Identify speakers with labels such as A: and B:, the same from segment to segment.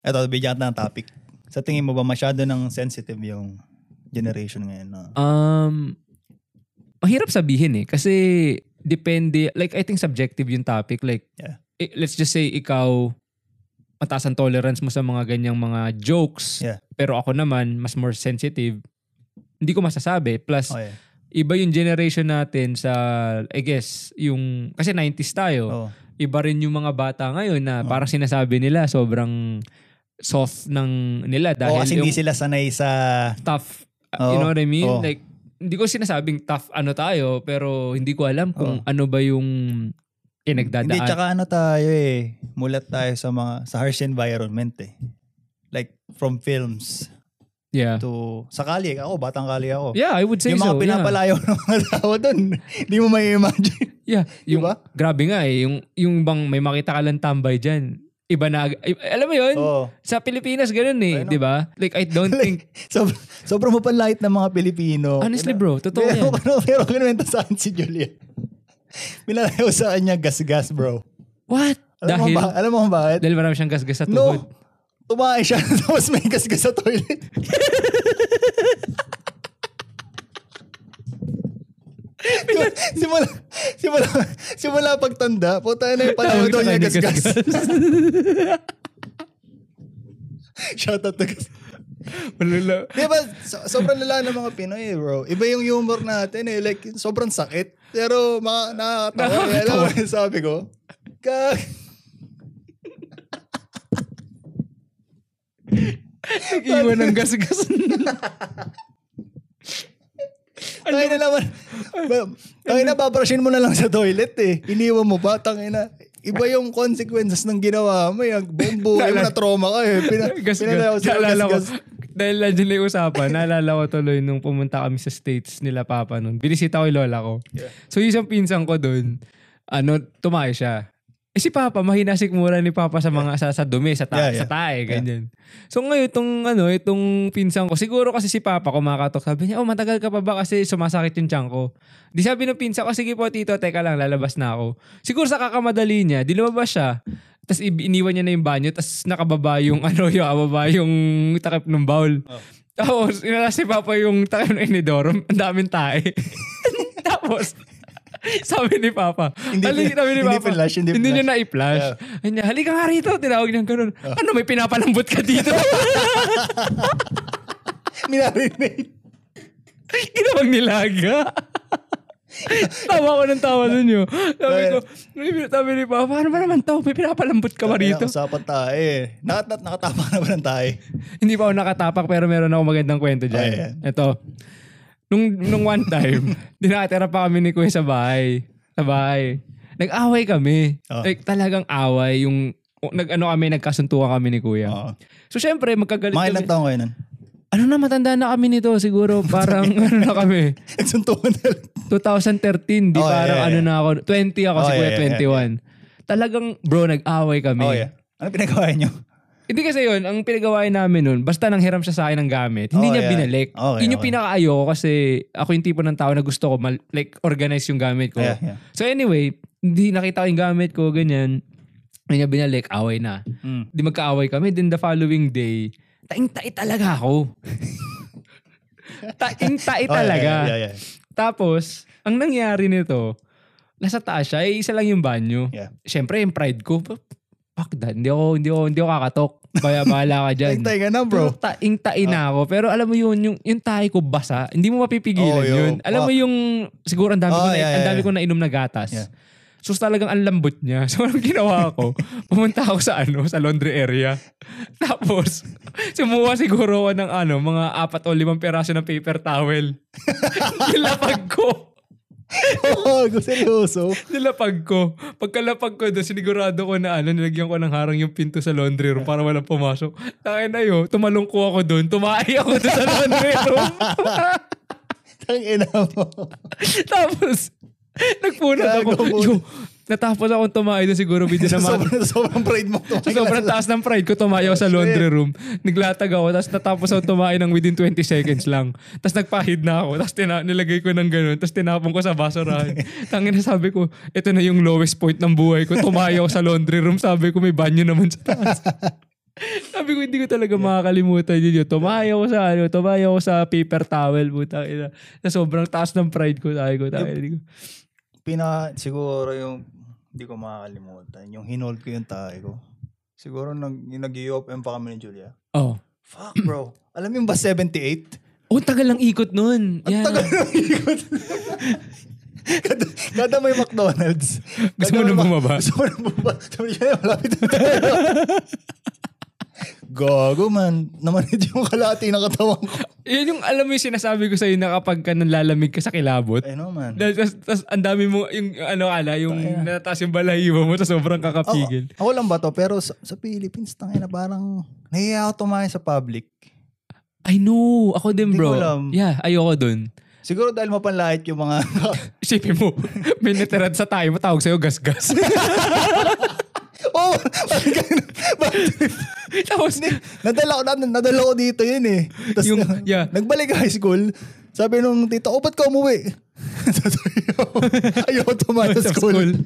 A: Eto, bigyan ka ng topic. Sa tingin mo ba masyado ng sensitive yung generation ngayon? No?
B: Um, mahirap sabihin eh. Kasi depende, like I think subjective yung topic. Like,
A: Yeah.
B: eh, let's just say ikaw, mataas ang tolerance mo sa mga ganyang mga jokes.
A: Yeah.
B: Pero ako naman, mas more sensitive. Hindi ko masasabi. Plus,
A: Okay.
B: iba yung generation natin sa, I guess, yung, kasi 90s tayo.
A: Oo.
B: Iba rin yung mga bata ngayon
A: Oh.
B: na parang sinasabi nila sobrang soft ng nila
A: Oo,
B: dahil
A: kasi
B: yung
A: hindi sila sanay sa...
B: tough. uh,
A: Oo.
B: You know what I mean?
A: Oo.
B: Like, hindi ko sinasabing tough ano tayo, pero hindi ko alam kung ano ba yung
A: Oh.
B: pinagdadaan.
A: Hindi, tsaka ano tayo eh. Mulat tayo sa mga sa harsh environment eh. Like from films
B: yeah.
A: to... Sa kali, ako, batang kali ako.
B: Yeah, I would say
A: yung mga
B: so.
A: pinapalayo ng mga tao doon, hindi mo may imagine.
B: yeah. yeah. Yung,
A: Diba?
B: Grabe nga eh. Yung, yung bang may makita ka lang tambay dyan. Iba na, ag- i- alam mo yun?
A: Oo.
B: Sa Pilipinas, ganun eh.
A: Oh. Ayun. oh.
B: Di ba? Like, I don't think,
A: Sobrang, sobrang mapanlait ng mga Pilipino. Ano?
B: honestly bro, totoo
A: oh, Meron
B: yan.
A: ko na, meron kinuwento sa akin si Julia. Pinalayo sa kanya gas-gas, bro.
B: What?
A: Alam
B: dahil,
A: mo ba? Alam mo kung bakit?
B: dahil marami siyang gasgas sa tuhod.
A: No. Tumae siya tapos may gas-gas sa toilet. simula, simula, simula pagtanda, puta na yung palayo daw niya gas-gas. Shoutout to gas
B: Malala.
A: Di ba, so, sobrang lala ng mga Pinoy, bro. Iba yung humor natin eh. Like, sobrang sakit. Pero, maka, nakakatawa. eh. Alam mo, yung sabi ko, kag...
B: Iwan ng gasgas.
A: Tayo na naman. Ba- Tayo na, babrushin mo na lang sa toilet eh. Iniwan mo ba? Tangin na. Iba yung consequences ng ginawa mo. eh. Yung buong buhay mo na
B: Naalala-
A: trauma ka eh. Pina,
B: gas,
A: pinalayo
B: gas.
A: sa
B: Naalala ko,
A: gas-gas.
B: dahil nandiyan na yung usapan, naalala ko tuloy nung pumunta kami sa States nila Papa noon. Binisita ko yung lola ko. So yung isang pinsan ko doon, ano, tumayo siya. Eh si Papa, mahina sikmura ni Papa sa mga sa, sa dumi, sa, ta-
A: Yeah, yeah.
B: sa tae, ganyan. So ngayon, itong, ano, itong pinsan ko, siguro kasi si Papa kumakatok, sabi niya, oh, matagal ka pa ba kasi sumasakit yung tiyan ko. Di sabi ng pinsan ko, sige po tito, teka lang, lalabas na ako. Siguro sa kakamadali niya, di lumabas siya. Tapos i- iniwan niya na yung banyo, tapos nakababa yung, ano, yung, ababa yung takip ng bowl.
A: Oh.
B: Tapos, inala si Papa yung takip ng inidorum, ang daming tae. tapos, sabi ni Papa,
A: Hindi pin-
B: halika sabi ni
A: hindi
B: Papa,
A: pinlash, hindi
B: hindi niya
A: pinlash.
B: na-i-flash. Ayun niya, halika nga rito, tinawag niya ganun.
A: Oh.
B: Ano, may pinapalambot ka dito?
A: Minarinate.
B: Ginawang nilaga. tawa ko ng tawa nun yun. Sabi ko, sabi ni Papa, ano ba naman to? May pinapalambot ka ba rito?
A: Usapan tayo eh. Nakat, nat, nakatama na ba ng tayo?
B: Hindi pa ako nakatapak pero meron ako magandang kwento dyan.
A: Ayan.
B: Ito. Nung, nung one time, dinatira pa kami ni Kuya sa bahay. Sa bahay. Nag-away kami.
A: Oh.
B: Like talagang away. Yung o, nag ano kami, nagkasuntukan kami ni Kuya.
A: Oo.
B: So syempre, magkagalit
A: Oh. Mga
B: kami.
A: ilang taong kayo nun?
B: Ano na, matanda na kami nito. Siguro parang ano na kami.
A: Nagsuntukan na lang.
B: 2013, di
A: Oh, yeah,
B: parang
A: yeah,
B: ano na ako. 20 ako,
A: Oh,
B: si
A: yeah,
B: Kuya
A: yeah, yeah,
B: 21. Talagang bro, nag-away kami.
A: Oh, yeah. Ano pinagawa niyo?
B: Hindi kasi yun, ang pinagawain namin nun, basta nang hiram siya sa akin ng gamit, hindi
A: Oh,
B: niya
A: yeah.
B: binalik.
A: Okay,
B: Yun yung
A: okay.
B: pinakaayo ko kasi ako yung tipo ng tao na gusto ko mal- like organize yung gamit ko.
A: Yeah, yeah.
B: So anyway, hindi nakita ko yung gamit ko, ganyan. Hindi niya binalik, away na.
A: Mm.
B: Di magkaaway kami. Then the following day, taing-tai talaga ako.
A: Oh, yeah,
B: taing-tai Eh, talaga.
A: Yeah, yeah, yeah.
B: Tapos, ang nangyari nito, nasa taas siya, eh, isa lang yung banyo.
A: Yeah.
B: Siyempre, yung pride ko, pa- fuck that, hindi ako, hindi ako, hindi ako kakatok. Baya, bahala ka dyan.
A: Hintay ka na, bro. Ah.
B: Pero taing tai na ako. Pero alam mo yun, yung, yung tae ko basa, hindi mo mapipigilan
A: Oh, yo,
B: yun. Alam mo
A: fuck.
B: yung, siguro ang dami,
A: Oh,
B: ko, na,
A: yeah,
B: ang dami
A: yeah.
B: ko na inom na gatas.
A: Yeah.
B: So talagang ang lambot niya. So anong ginawa ko? Pumunta ako sa ano, sa laundry area. Tapos, sumuha siguro ako ng ano, mga apat o limang peraso ng paper towel. Nilapag ko.
A: Oo, oh, seryoso.
B: Nilapag ko. Pagkalapag ko doon, sinigurado ko na ano, nilagyan ko ng harang yung pinto sa laundry room para walang pumasok. Tangin na yun, tumalungko ako doon, tumahi ako doon sa laundry room.
A: Tang ina mo.
B: Tapos, nagpunat ako.
A: Gago, puno.
B: Yo, natapos akong tumahi doon siguro video na mga
A: sobrang, sobrang pride mo.
B: So, sobrang taas ng pride ko, tumayo
A: Oh,
B: sa laundry room. Naglatag ako, tapos natapos ako tumayo ng within 20 seconds lang. Tapos nagpahid na ako, tapos tina- nilagay ko ng ganun, tapos tinapon ko sa basurahan. Tangin na sabi ko, ito na yung lowest point ng buhay ko. Tumayo ako sa laundry room, sabi ko may banyo naman sa taas. Sabi ko, hindi ko talaga makakalimutan yun. yun. Tumaya ko sa, ano, tumaya ko sa paper towel, buta. Ina, na sobrang taas ng pride ko. Sabi ko, tayo. Yep.
A: Pina, siguro yung, hindi ko makakalimutan, yung hinold ko yung tae ko. Siguro nag, yung nag-UFM pa kami ni Julia.
B: Oh.
A: Fuck bro. Alam mo yung ba 78?
B: Oh, tagal lang ikot nun.
A: Ang
B: Yan.
A: tagal ng ikot. kada, kada may McDonald's.
B: Gusto
A: kada
B: mo
A: may
B: na
A: Mac-
B: bumaba?
A: Gusto mo na bumaba. Sabi niya, malapit na tayo. Gago man. Namanid yung kalati ng katawan ko.
B: Yan yung alam mo yung sinasabi ko sa'yo na kapag ka nanlalamig ka sa kilabot.
A: Ay no man.
B: Dahil tas, tas ang dami mo, yung ano ala, yung natataas yung balahibo mo, tas sobrang
A: Ako,
B: kakapigil.
A: ako lang ba to? Pero sa, sa Philippines, tangina parang nahiya ako tumaya sa public.
B: I know, ako din
A: Hindi
B: bro.
A: ko alam.
B: Yeah, ayoko dun.
A: Siguro dahil mapanlait yung mga...
B: Isipin mo, may natirad sa tayo, matawag sa'yo gas-gas.
A: oh!
B: Tapos,
A: nadala ko, nad- nadala ko dito yun eh. Tas,
B: Yung- yeah.
A: Nagbalik high school, sabi nung tito, oh, ba't ka umuwi? Ayoko tumaya sa school.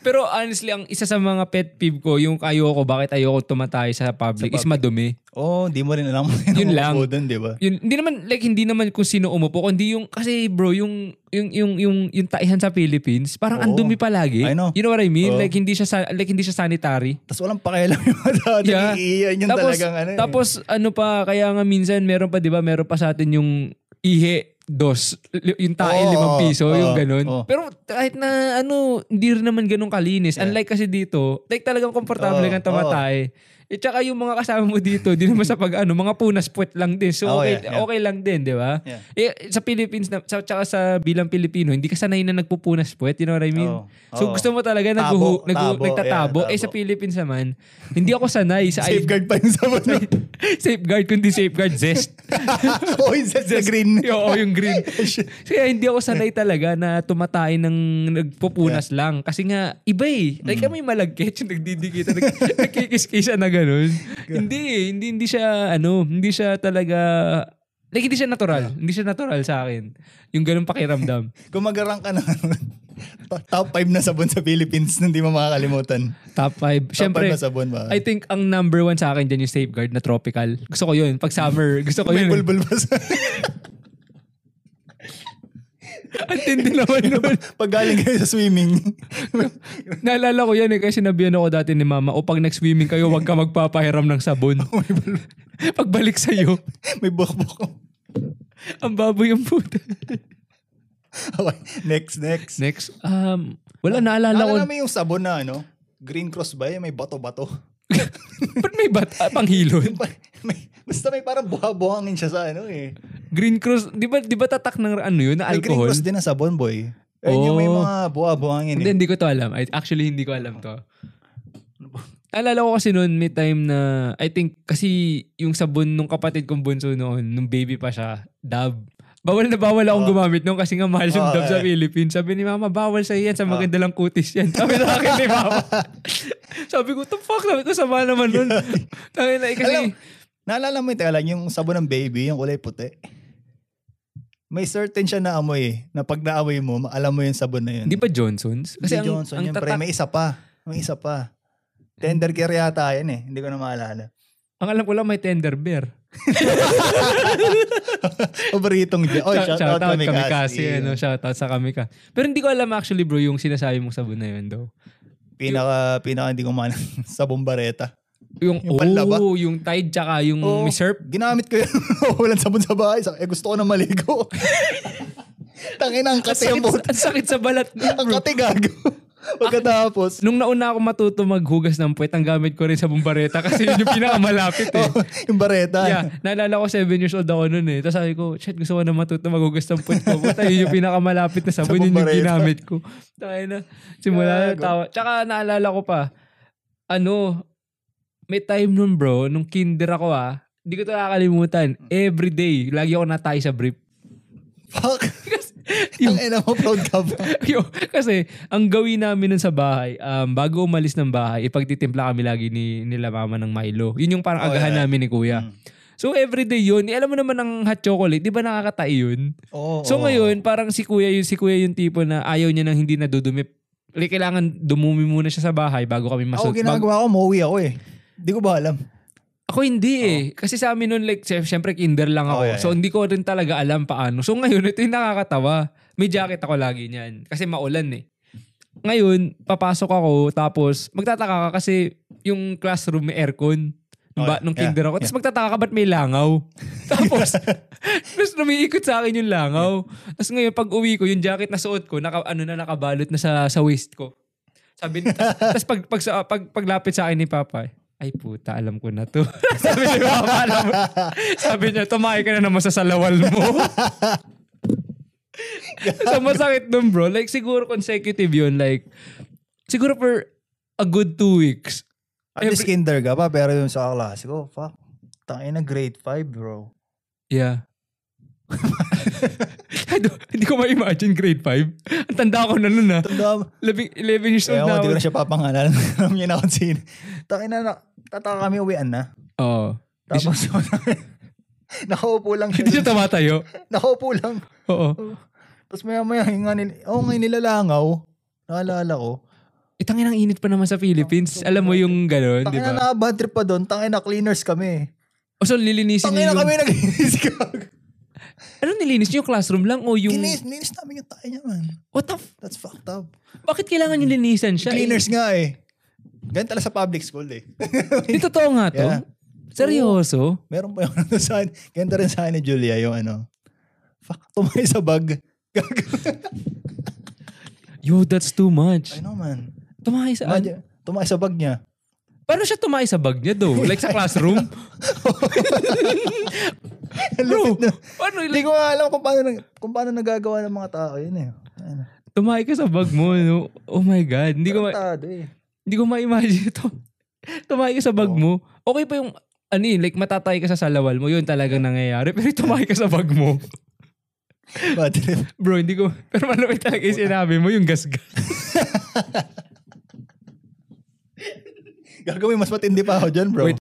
B: Pero honestly, ang isa sa mga pet peeve ko, yung ayoko, bakit ayoko tumatay sa public, is madumi.
A: Oh, hindi mo rin alam mo
B: Yun lang.
A: Dun, di ba?
B: Yun, hindi naman, like, hindi naman kung sino umupo, kundi yung, kasi bro, yung, yung, yung, yung, yung taihan sa Philippines, parang
A: Oo.
B: ang dumi palagi.
A: I know.
B: You know what I mean?
A: Oo.
B: Like, hindi siya, sa- like, hindi siya sanitary.
A: Tapos walang pakialam yung mga tao. Yeah. Iiyan yun
B: tapos,
A: talagang ano. eh.
B: Tapos ano pa, kaya nga minsan meron pa, di ba, meron pa sa atin yung ihe dos, li- yung tae
A: Oo,
B: limang piso,
A: oo,
B: yung ganun.
A: oo.
B: Pero kahit na ano, hindi rin naman ganun kalinis. Unlike kasi dito, like talagang komportable
A: Oo,
B: kang tumatay. Eh tsaka yung mga kasama mo dito, di naman sa pag ano, mga punas puwet lang din. So
A: Oo, Oh, yeah,
B: okay,
A: yeah.
B: okay lang din, di ba?
A: Yeah.
B: Eh, sa Philippines, na, sa, tsaka sa bilang Pilipino, hindi ka sanay na nagpupunas puwet, you know what I mean?
A: Oo,
B: so
A: oo.
B: gusto mo talaga
A: Oh, Tabo,
B: naguhu, naguhu,
A: tabo,
B: nagtatabo.
A: yeah,
B: eh sa
A: tabo.
B: Philippines naman, hindi ako sanay sa
A: Safeguard pa yung sabon.
B: safeguard kundi safeguard zest.
A: oh, yung zest na green.
B: Oo, yung green. Kaya hindi ako sanay talaga na tumatay ng nagpupunas lang. Kasi nga, iba eh.
A: Mm.
B: Like kami malagkit yung nagdidikita. Nag, nagkikis-kisa na ganun. hindi eh. Hindi, hindi siya, ano, hindi siya talaga... Like, hindi siya natural. Hindi siya natural sa akin. Yung ganun pakiramdam.
A: Gumagarang ka na. Ta- Top 5 na sabon sa Philippines na hindi mo makakalimutan.
B: Top 5. Siyempre,
A: Top 5 na sabon ba?
B: I think ang number one sa akin dyan yung safeguard na tropical. Gusto ko yun. Pag summer, gusto ko
A: May
B: Oh, yun.
A: bulbul pa sa...
B: Ang tindi naman naman.
A: Pag galing kayo sa swimming.
B: Naalala ko yan eh, kasi sinabihan ako dati ni mama, o pag nag-swimming kayo, huwag ka magpapahiram ng sabon. Pagbalik sa'yo,
A: May bukbuk.
B: ang baboy ang puta.
A: Okay, next, next.
B: Next, um, wala, naalala ko.
A: Naalala mo yung sabon na ano? Green cross ba yun? May bato-bato.
B: Ba't may bat, ah, panghilon?
A: Yung pa- may, basta may parang buha-buhangin siya sa ano eh.
B: Green Cross, di ba, di ba tatak ng ano yun, na
A: May green
B: alcohol?
A: cross din na sabon, boy. Ayun yung may
B: Oh.
A: mga buha-buhangin
B: Hindi,
A: eh.
B: hindi ko to alam. I- Actually, hindi ko alam to. Alala ko kasi noon, may time na, I think, kasi yung sabon nung kapatid kong bunso noon, nung baby pa siya, dab. Bawal na bawal akong gumamit noon kasi nga mahal yung
A: Oh,
B: dab
A: Ah. eh.
B: sa
A: Ah.
B: Philippines. Sabi ni mama, bawal sa yan, sa maganda lang kutis yan. Sabi sa akin ni mama. Sabi ko, the fuck, sabi ko, sama naman nun. Tangin na, eh, kasi,
A: Alam, naalala mo yung, teka lang, yung sabon ng baby, yung kulay puti. May certain siya na amoy eh, na pag naamoy mo, alam mo yung sabon na yun.
B: di ba Johnson's?
A: Kasi
B: Kasi ang,
A: Johnson,
B: ang
A: yun, pre.
B: tatak,
A: May isa pa. May isa pa. Tender care yata yun eh. Hindi ko na maalala.
B: ang alam ko lang may tender bear.
A: Paboritong dyan. Oh,
B: Shout-
A: shout, out, kami
B: Kamikasi,
A: kasi.
B: ano, shout out sa kami ka. Pero hindi ko alam actually bro yung sinasabi mong sabon na yun daw.
A: Pinaka, pinaka hindi ko maalala. sa bombareta.
B: Yung,
A: Yung panlaba? Oh.
B: oh, yung Tide tsaka yung
A: Oo.
B: may surf.
A: Ginamit ko yun. Walang sabon sa bahay. Sa- Eh, gusto ko na maligo. Tangin ang
B: Ang
A: kate ang
B: sakit,
A: bot.
B: ang sakit sa Ah. balat. nun,
A: Ang
B: bro.
A: kate gago. Pagkatapos,
B: Nung nauna ako matuto maghugas ng puwet, ang gamit ko rin sa bumbareta kasi yun yung pinakamalapit eh.
A: yung bareta.
B: Yeah, naalala ko 7 years old ako noon eh. Tapos sabi ko, shit, gusto ko na matuto maghugas ng puwet ko. Puta, yun yung pinakamalapit na sabon,
A: Sa
B: yun yung
A: bumbareta.
B: ginamit ko. Takay na. Simula na
A: Gago.
B: tawa. Tsaka naalala ko pa, ano, may time nun bro, nung kinder ako ah, hindi ko ito nakakalimutan. Every day, lagi ako natay sa brief.
A: Fuck.
B: Yung-
A: Ang ina mo, proud ka ba?
B: Yo, kasi ang gawin namin nun sa bahay, um, bago umalis ng bahay, ipagtitimpla kami lagi ni nila mama ng Milo. Yun yung
A: Oh,
B: parang agahan
A: yeah.
B: namin ni kuya. So everyday yun, eh, alam mo naman ang hot chocolate, di ba nakakatai yun?
A: Oo.
B: So
A: oo.
B: ngayon, parang si kuya yun, si kuya yung tipo na ayaw niya nang hindi nadudumi. Like, kailangan dumumi muna siya sa bahay bago kami
A: Ako
B: masot. bago-
A: ginagawa ko, mauwi ako eh. Hindi ko ba alam?
B: Ako hindi eh. Kasi sa amin nun, like, syem- syempre kinder lang ako.
A: Oh, yeah,
B: So, hindi ko rin talaga alam paano. So, ngayon, ito yung nakakatawa. May jacket ako lagi niyan. Kasi maulan eh. Ngayon, papasok ako, tapos magtataka ka kasi yung classroom may aircon. Nung,
A: Oh,
B: ba,
A: yeah.
B: nung kinder ako. Tapos magtataka ka ba't may langaw? tapos, tapos lumiikot sa akin yung langaw. Tapos ngayon, pag uwi ko, yung jacket na suot ko, naka, ano na, nakabalot na sa, sa waist ko. Sabi niya, tapos pag, pag, sa- pag, paglapit sa akin ni Papa, ay puta, alam ko na to. sabi ni Papa, alam mo. Sabi niya, tumahi ka na naman sa salawal mo. so masakit dun bro. Like siguro consecutive yun. Like, siguro for a good two weeks.
A: At least kinder ka pa, pero yung sa klase ko, fuck. Tangin na grade 5, bro.
B: Yeah. I don't- hindi ko ma-imagine grade 5. Ang tanda ko na nun ah.
A: Tanda,
B: Labing- 11 years old
A: kaya
B: na
A: ako,
B: ako.
A: di ko na siya papangalan. Alam niya na kung sino. Tangin na, na- tataka kami uwian na.
B: Oo. Di siya-
A: Tapos, nakaupo lang
B: Hindi
A: siya.
B: siya tumatayo.
A: nakaupo lang.
B: Oo.
A: Tapos maya maya, hinga nila. Oo, oh, ngayon nilalangaw. Naalala ko.
B: Itangin Eh, ang init pa naman sa Philippines. Alam mo yung gano'n, di
A: Tangin na
B: ba?
A: nakabad trip pa doon. Tangin na cleaners kami.
B: O so, lilinisin
A: Tangin na
B: niyo yung...
A: kami naglinis ka.
B: Ano nilinis niyo? Yung classroom lang o yung...
A: Kinis, linis namin yung tayo niya, man.
B: What the... F-
A: That's fucked up.
B: Bakit kailangan yung linisan siya?
A: Cleaners nga eh. Ganyan tala sa public school eh.
B: Eh, Di totoo nga to?
A: Yeah.
B: Seryoso?
A: Meron pa yung ano sa akin. Ganito rin sa akin ni Julia yung ano. Fuck, tumay sa bag. Gag-
B: Yo, that's too
A: I
B: much.
A: know man.
B: Tumahi sa... ano?
A: Imagine, tumay sa bag niya.
B: Paano siya tumahi sa bag niya though? Like sa classroom?
A: Bro,
B: Paano
A: hindi
B: like,
A: ko nga alam kung paano, nag- kung paano nagagawa ng mga tao yun eh. Ano,
B: tumahi ka sa bag mo? No? Oh my God. Hindi ko, ma-
A: Tarantado eh.
B: hindi ko ma-imagine ito. tumahi ka sa bag mo. Okay pa yung... Ano yun, like matatay ka sa salawal mo, yun talagang nangyayari. Pero yung tumahi ka sa bag mo.
A: Bad trip.
B: Bro, hindi ko... Pero malapit talaga yung sinabi mo, yung gasgas.
A: Gagawin mas matindi pa ako dyan bro.
B: Wait,